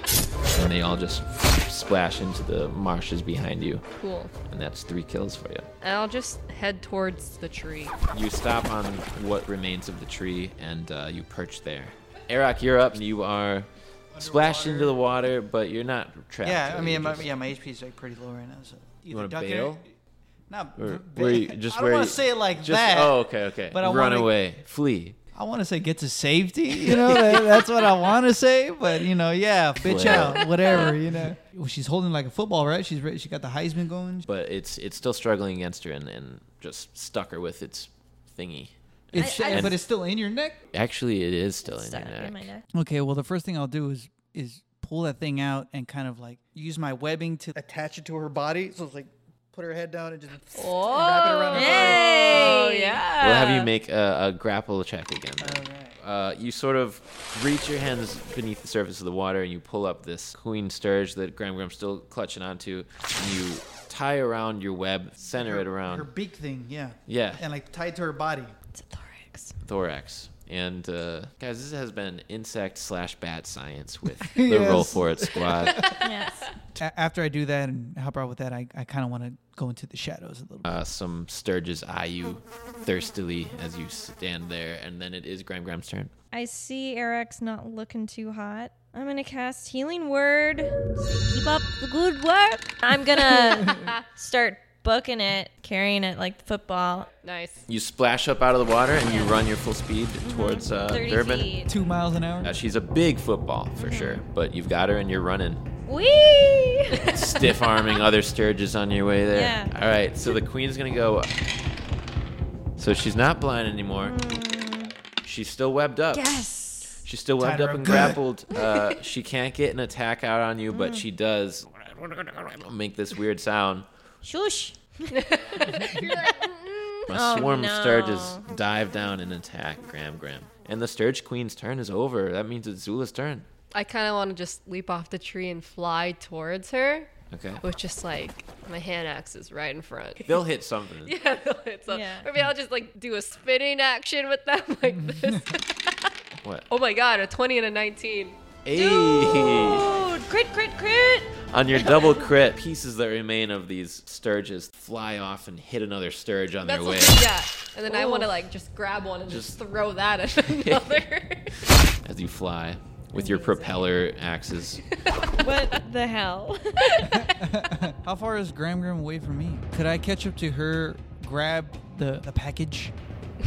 Speaker 3: And they all just splash into the marshes behind you.
Speaker 12: woo." cool.
Speaker 3: And that's three kills for you.
Speaker 12: And I'll just head towards the tree.
Speaker 3: You stop on what remains of the tree and uh, you perch there. Eric, you're up. You are splashed into the water, but you're not trapped.
Speaker 9: Yeah, I
Speaker 3: You're
Speaker 9: mean, my,
Speaker 3: just-
Speaker 9: yeah, my HP is like pretty low right now. So
Speaker 3: You want to
Speaker 9: duck it-
Speaker 3: bail?
Speaker 9: Not
Speaker 3: Or
Speaker 9: b-
Speaker 3: where
Speaker 9: [LAUGHS]
Speaker 3: you,
Speaker 9: bail.
Speaker 3: just
Speaker 9: I
Speaker 3: where
Speaker 9: don't want
Speaker 3: you-
Speaker 9: to say it like
Speaker 3: just-
Speaker 9: that.
Speaker 3: Oh, okay, okay.
Speaker 9: But I
Speaker 3: Run
Speaker 9: wanna-
Speaker 3: away, flee.
Speaker 9: I want to say get to safety. You know, that, that's what I want to say. But you know, yeah, bitch
Speaker 3: Well.
Speaker 9: out, whatever. You know, Well, she's holding like a football, right? She's re- she got the Heisman going.
Speaker 3: But it's it's still struggling against her and, and just stuck her with its thingy.
Speaker 9: It's
Speaker 3: And-
Speaker 9: but it's still in your neck.
Speaker 3: actually it is still in your
Speaker 4: Stuck
Speaker 3: neck.
Speaker 4: in my neck.
Speaker 9: Okay, well the first thing I'll do is is pull that thing out and kind of like use my webbing to attach it to her body. So it's like put her head down and just wrap it around her
Speaker 4: Hey!
Speaker 3: We'll have you make a, a grapple check again. Then. Uh, you sort of reach your hands beneath the surface of the water and you pull up this queen sturge that Graham Graham's still clutching onto, and you tie around your web, center it around
Speaker 9: Her beak thing, yeah.
Speaker 3: Yeah.
Speaker 9: And like tied to her body.
Speaker 3: thorax. And uh, guys, this has been insect slash bat science with the
Speaker 9: Yes.
Speaker 3: Roll For It squad.
Speaker 9: A- after I do that and help out with that, I, I kind of want to go into the shadows a little.
Speaker 3: Uh, some Sturges eye you thirstily as you stand there, and then it is Graham Graham's turn.
Speaker 4: I see Eric's not looking too hot. I'm gonna cast Healing Word. Say, Keep up the good work. I'm [LAUGHS] gonna start booking it, carrying it like the football.
Speaker 12: Nice.
Speaker 3: You splash up out of the water and you run your full speed towards uh,
Speaker 4: 30
Speaker 3: Durbin.
Speaker 4: feet.
Speaker 9: Two miles an hour.
Speaker 3: Uh, she's a big football for
Speaker 4: Mm-hmm.
Speaker 3: sure, but you've got her and you're running,
Speaker 4: Wee! [LAUGHS]
Speaker 3: stiff arming other Sturges on your way there.
Speaker 4: Yeah.
Speaker 3: All right, so the queen's gonna go. So she's not blind anymore. She's still webbed up.
Speaker 4: Mm. Yes.
Speaker 3: She's still
Speaker 4: Tied
Speaker 3: webbed
Speaker 4: her
Speaker 3: up
Speaker 4: up
Speaker 3: and
Speaker 4: good.
Speaker 3: grappled.
Speaker 4: [LAUGHS]
Speaker 3: Uh, she can't get an attack out on you,
Speaker 4: Mm.
Speaker 3: but she does make this weird sound.
Speaker 4: Shush.
Speaker 3: A
Speaker 4: Oh,
Speaker 3: swarm
Speaker 4: no.
Speaker 3: of sturges dive down and attack Graham Graham. And the Sturge Queen's turn is over. That means it's Zula's turn.
Speaker 12: I kind of want to just leap off the tree and fly towards her.
Speaker 3: Okay.
Speaker 12: With just like my hand axe is right in front. [LAUGHS]
Speaker 3: They'll hit something.
Speaker 12: yeah, they'll hit something. Or maybe I'll just like do a spinning action with them [LAUGHS] like this.
Speaker 3: What?
Speaker 12: Oh my god, a 20 and a 19.
Speaker 3: Hey!
Speaker 4: Dude, crit, crit, crit.
Speaker 3: On your double crit, pieces that remain of these Sturges fly off and hit another Sturge on
Speaker 12: That's
Speaker 3: their way.
Speaker 12: what, yeah. And then I
Speaker 4: Oh.
Speaker 12: want to like just grab one and
Speaker 3: Just-
Speaker 12: just, throw that [LAUGHS] at another.
Speaker 3: As you fly with your propeller axes.
Speaker 4: What the hell?
Speaker 9: How far is Graham Graham away from me? Could I catch up to her, grab the, the package,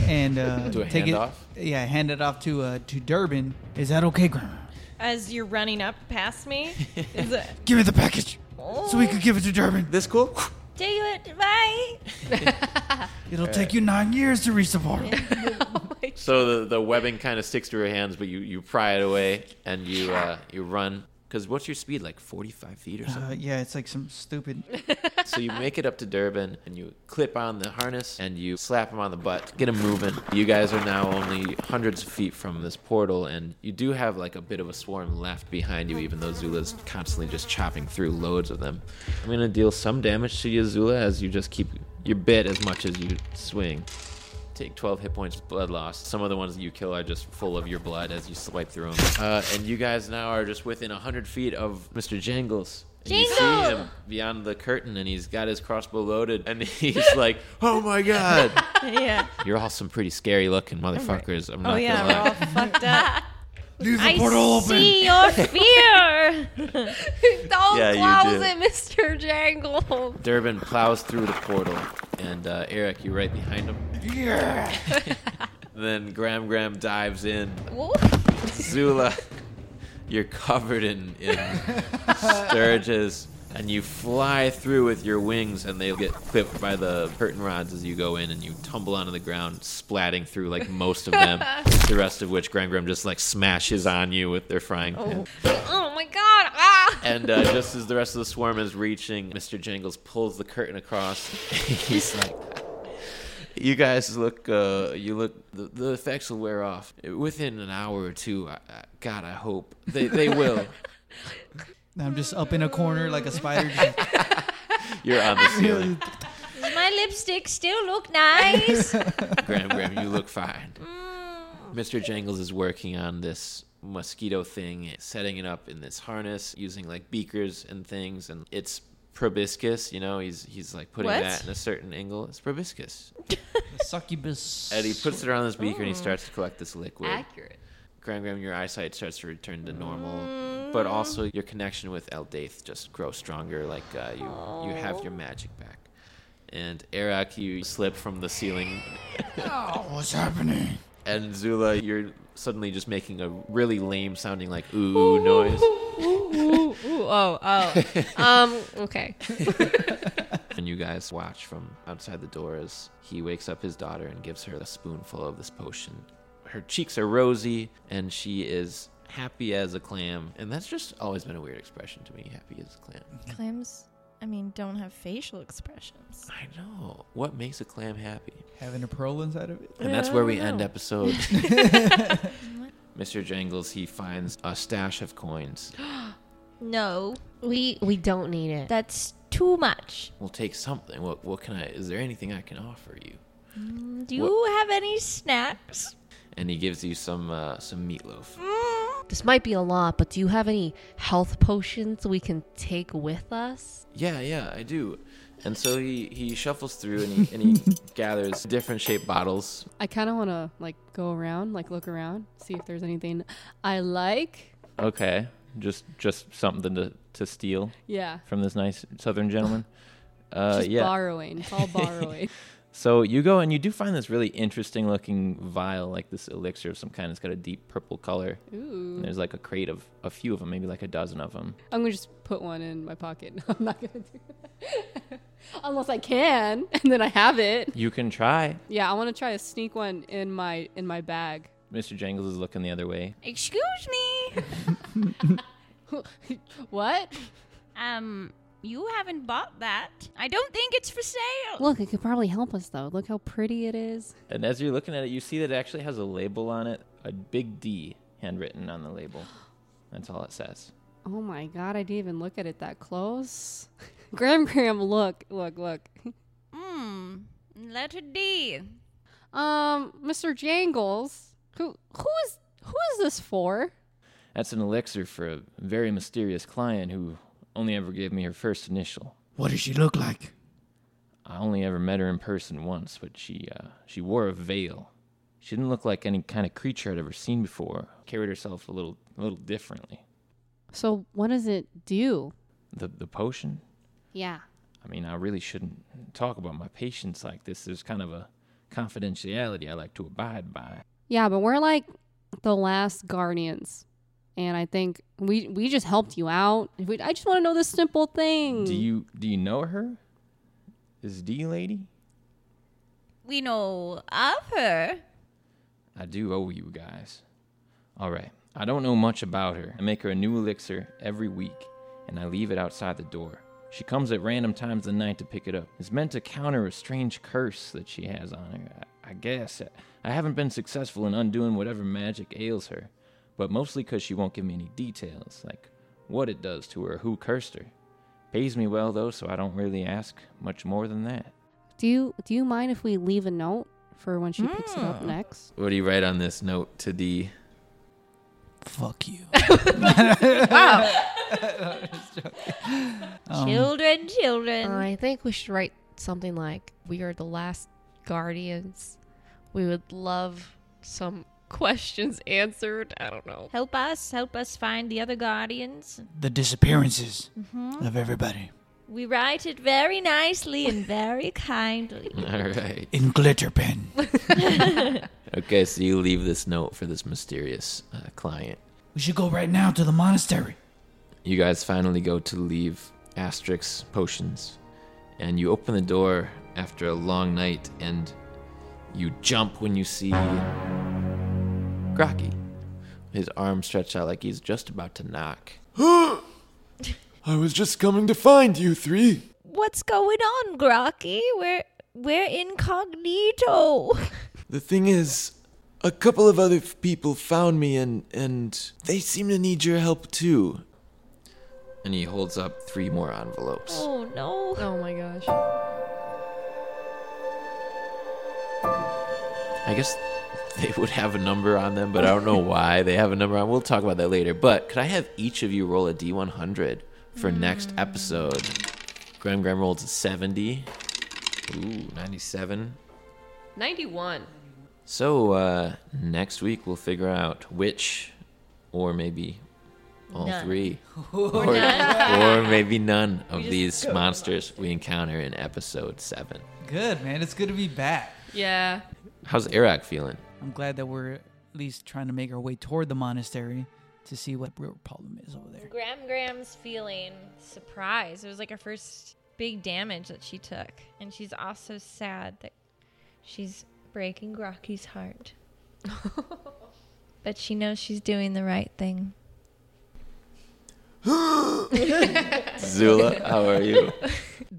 Speaker 9: and
Speaker 3: [LAUGHS]
Speaker 9: uh,
Speaker 3: Do a
Speaker 9: take
Speaker 3: handoff?
Speaker 9: it? Yeah, hand it off to uh, to Durbin. Is that okay, Graham?
Speaker 4: [LAUGHS] As you're running up past [LAUGHS] me, is it?
Speaker 9: Give me the package so we could give it to Durbin.
Speaker 3: This cool?
Speaker 4: Do it, bye.
Speaker 9: It'll take you nine years to reach the portal.
Speaker 3: So the, the webbing kind of sticks to her hands, but you, you pry it away and you uh, you run. Because what's your speed? Like 45 feet or something?
Speaker 9: Uh, yeah, it's like some stupid.
Speaker 3: so you make it up to Durban and you clip on the harness and you slap him on the butt, get him moving. You guys are now only hundreds of feet from this portal, and you do have like a bit of a swarm left behind you, even though Zula's constantly just chopping through loads of them. I'm gonna deal some damage to you, Zula, as you just keep your bit as much as you swing. Take 12 hit points of blood loss. Some of the ones that you kill are just full of your blood as you swipe through them. Uh, and you guys now are just within 100 feet of Mr. Jangles. And you see
Speaker 4: Jingle!
Speaker 3: him beyond the curtain, and he's got his crossbow loaded, and [LAUGHS] he's like, "Oh my god,
Speaker 4: [LAUGHS] yeah.
Speaker 3: you're all some pretty scary looking motherfuckers." I'm not
Speaker 4: Oh yeah,
Speaker 3: gonna
Speaker 4: we're
Speaker 3: lie.
Speaker 4: all fucked up.
Speaker 9: Leave
Speaker 4: I see [LAUGHS] your fear.
Speaker 12: Don't
Speaker 3: Yeah, you do.
Speaker 12: close it,
Speaker 4: [LAUGHS]
Speaker 12: Mr. Jangle.
Speaker 3: Durbin plows through the portal, and uh, Eric, you're right behind him.
Speaker 9: Yeah.
Speaker 3: [LAUGHS] Then Graham Graham dives in.
Speaker 12: Woo.
Speaker 3: Zula, you're covered in, in sturges, and you fly through with your wings, and they get clipped by the curtain rods as you go in, and you tumble onto the ground, splatting through like most of them. the rest of which Graham Graham just like smashes on you with their frying pan.
Speaker 12: Oh my god. Ah.
Speaker 3: And uh, just as the rest of the swarm is reaching, Mr. Jingles pulls the curtain across. [LAUGHS] He's like, "You guys look, uh, you look. The, the effects will wear off within an hour or two. I, I, God, I hope they they [LAUGHS] will.
Speaker 9: I'm just up in a corner like a spider. just-
Speaker 3: You're on the ceiling,
Speaker 4: Does my lipstick still look nice?
Speaker 3: Graham. Graham, you look fine. Mr. Jangles is working on this mosquito thing, setting it up in this harness, using like beakers and things, and it's proboscis. You know, he's he's like putting
Speaker 9: What?
Speaker 3: that in a certain angle. It's proboscis.
Speaker 9: Succubus.
Speaker 3: And he puts it around this beaker and he starts to collect this liquid.
Speaker 12: Accurate.
Speaker 3: Graham Graham, your eyesight starts to return to normal, but also your connection with Eldaith just grows stronger. Like uh, you, you have your magic back. And Erak, you slip from the ceiling.
Speaker 9: What's happening?
Speaker 3: And Zula, you're suddenly just making a really lame sounding like ooh noise.
Speaker 12: ooh, ooh, ooh, oh, oh. Um, okay.
Speaker 3: And you guys watch from outside the door as he wakes up his daughter and gives her a spoonful of this potion. Her cheeks are rosy and she is happy as a clam. And that's just always been a weird expression to me happy as a clam.
Speaker 4: [LAUGHS] Clams, I mean, don't have facial expressions.
Speaker 3: I know. What makes a clam happy?
Speaker 9: Having a pearl inside of it.
Speaker 3: And that's where we end episode. Mr. Jangles, he finds a stash of coins.
Speaker 4: No,
Speaker 6: We we don't need it.
Speaker 4: that's too much.
Speaker 7: We'll take something. What what can I? Is there anything I can offer you?
Speaker 4: Mm, Do you have any snacks?
Speaker 7: And he gives you some uh, some meatloaf.
Speaker 12: This might be a lot, but do you have any health potions we can take with us?
Speaker 7: Yeah, yeah, I do. And so he, he shuffles through and he,
Speaker 12: [LAUGHS]
Speaker 7: and he gathers different shaped bottles.
Speaker 12: [LAUGHS] I kind of want to like go around, like look around, see if there's anything I like.
Speaker 3: Okay, just just something to to steal.
Speaker 12: Yeah.
Speaker 3: From this nice southern gentleman. Uh,
Speaker 12: [LAUGHS] Just
Speaker 3: yeah.
Speaker 12: borrowing. It's all [LAUGHS] borrowing.
Speaker 3: So you go and you do find this really interesting looking vial, like this elixir of some kind. It's got a deep purple color.
Speaker 12: Ooh.
Speaker 3: And there's like a crate of a few of them, maybe like a dozen of them.
Speaker 12: I'm gonna just put one in my pocket. [LAUGHS] No, I'm not gonna do that [LAUGHS] unless I can, [LAUGHS] and then I have it.
Speaker 3: You can try.
Speaker 12: Yeah, I want to try to sneak one in my in my bag.
Speaker 3: Mr. Jangles is looking the other way.
Speaker 4: Excuse me.
Speaker 12: what?
Speaker 4: Um, you haven't bought that. I don't think it's for sale.
Speaker 12: Look, it could probably help us though. Look how pretty it is.
Speaker 3: And as you're looking at it, you see that it actually has a label on it, a big D handwritten on the label. That's all it says.
Speaker 12: Oh my god, I didn't even look at it that close. [LAUGHS] Graham, Graham, look, look, look.
Speaker 4: Hmm. Letter D.
Speaker 12: Um, Mr. Jangles, who who is who is this for?
Speaker 3: That's an elixir for a very mysterious client who only ever gave me her first initial.
Speaker 13: What does she look like?
Speaker 3: I only ever met her in person once, but she uh, she wore a veil. She didn't look like any kind of creature I'd ever seen before. Carried herself a little a little differently.
Speaker 12: So what does it do?
Speaker 3: The the potion.
Speaker 12: Yeah.
Speaker 3: I mean, I really shouldn't talk about my patients like this. There's kind of a confidentiality I like to abide by.
Speaker 12: Yeah, but we're like the last guardians. And I think we we just helped you out. If we, I just want to know this simple thing.
Speaker 3: Do you do you know her? This D lady?
Speaker 4: We know of her.
Speaker 3: I do owe you guys. All right. I don't know much about her. I make her a new elixir every week, and I leave it outside the door. She comes at random times of the night to pick it up. It's meant to counter a strange curse that she has on her. I, I guess uh, I, I haven't been successful in undoing whatever magic ails her, but mostly 'cause she won't give me any details, like what it does to her, or who cursed her. Pays me well though, so I don't really ask much more than that.
Speaker 12: do you do you mind if we leave a note for when she picks it
Speaker 3: Mm.
Speaker 12: up next?
Speaker 7: What do you write on this note
Speaker 3: [LAUGHS]
Speaker 7: to D?
Speaker 9: Fuck you. Um,
Speaker 4: children, children.
Speaker 6: I think we should write something like We are the last guardians. We would love some [LAUGHS] questions answered. I don't know.
Speaker 4: Help us, help us find the other guardians.
Speaker 13: The disappearances
Speaker 4: Mhm.
Speaker 13: of everybody
Speaker 4: We write it very nicely [LAUGHS] and very kindly.
Speaker 7: All right.
Speaker 13: in glitter pen.
Speaker 7: Okay, so you leave this note for this mysterious uh, client.
Speaker 13: We should go right now to the monastery.
Speaker 7: You guys finally go to leave Asterix Potions, and you open the door after a long night, and you jump when you see Grocky. His arm stretched out like he's just about to knock.
Speaker 14: I was just coming to find you three.
Speaker 4: What's going on, Grocky? We're we're incognito.
Speaker 14: The thing is, a couple of other f- people found me and and they seem to need your help too.
Speaker 7: And he holds up three more envelopes.
Speaker 4: Oh no.
Speaker 6: Oh my gosh.
Speaker 7: I guess they would have a number on them, but I don't know why they have a number on. We'll talk about that later. But could I have each of you roll a D100 for next episode? Graham Graham rolls a 70. Ooh, 97.
Speaker 6: 91.
Speaker 7: So uh, next week we'll figure out which, or maybe all
Speaker 6: None.
Speaker 7: three,
Speaker 6: Or
Speaker 7: or,
Speaker 6: none.
Speaker 7: or maybe none of
Speaker 9: We just
Speaker 7: these
Speaker 9: go to
Speaker 7: monsters we encounter in episode seven.
Speaker 9: Good man, it's good to be back.
Speaker 6: Yeah.
Speaker 7: How's Iraq feeling?
Speaker 9: I'm glad that we're at least trying to make our way toward the monastery to see what the real problem is over there.
Speaker 4: Graham Graham's feeling surprised. It was like her first big damage that she took. And she's also sad that she's breaking Grocky's heart. but she knows she's doing the right thing.
Speaker 7: Zula, how are you?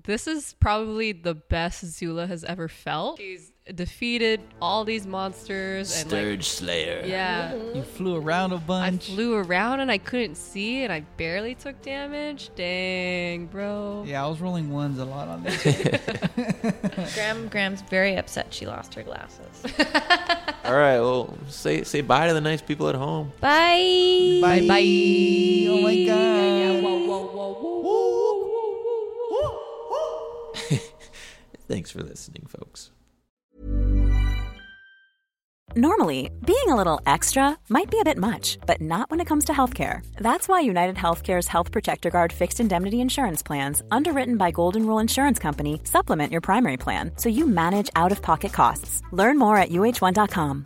Speaker 6: This is probably the best Zula has ever felt. She's
Speaker 15: defeated all these monsters. and, like-
Speaker 7: Sturge Slayer.
Speaker 15: Yeah.
Speaker 9: You flew around a bunch.
Speaker 15: Flew around and I couldn't see and I barely took damage. Dang, bro. [LAUGHS]
Speaker 9: Yeah, I was rolling ones a lot
Speaker 13: [LAUGHS]
Speaker 9: on [LAUGHS] this.
Speaker 4: Graham, Graham's very upset she lost her glasses.
Speaker 7: All right, well, say say bye to the nice people at home.
Speaker 4: Bye.
Speaker 9: Bye bye. Oh my god.
Speaker 7: Thanks for listening, folks.
Speaker 12: Normally, being a little extra might be a bit much, but not when it comes to healthcare. That's why United Healthcare's Health Protector Guard fixed indemnity insurance plans, underwritten by Golden Rule Insurance Company, supplement your primary plan so you manage out of pocket costs. Learn more at uh1.com.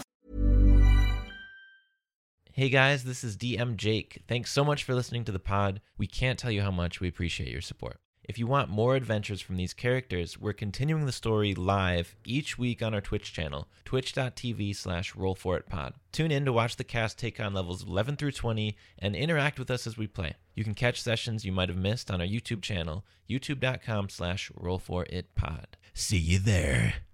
Speaker 7: Hey guys, this is DM Jake. Thanks so much for listening to the pod. We can't tell you how much we appreciate your support. If you want more adventures from these characters, we're continuing the story live each week on our Twitch channel, twitch.tv slash rollforitpod. Tune in to watch the cast take on levels 11 through 20 and interact with us as we play. You can catch sessions you might have missed on our YouTube channel, youtube.com slash rollforitpod. See you there.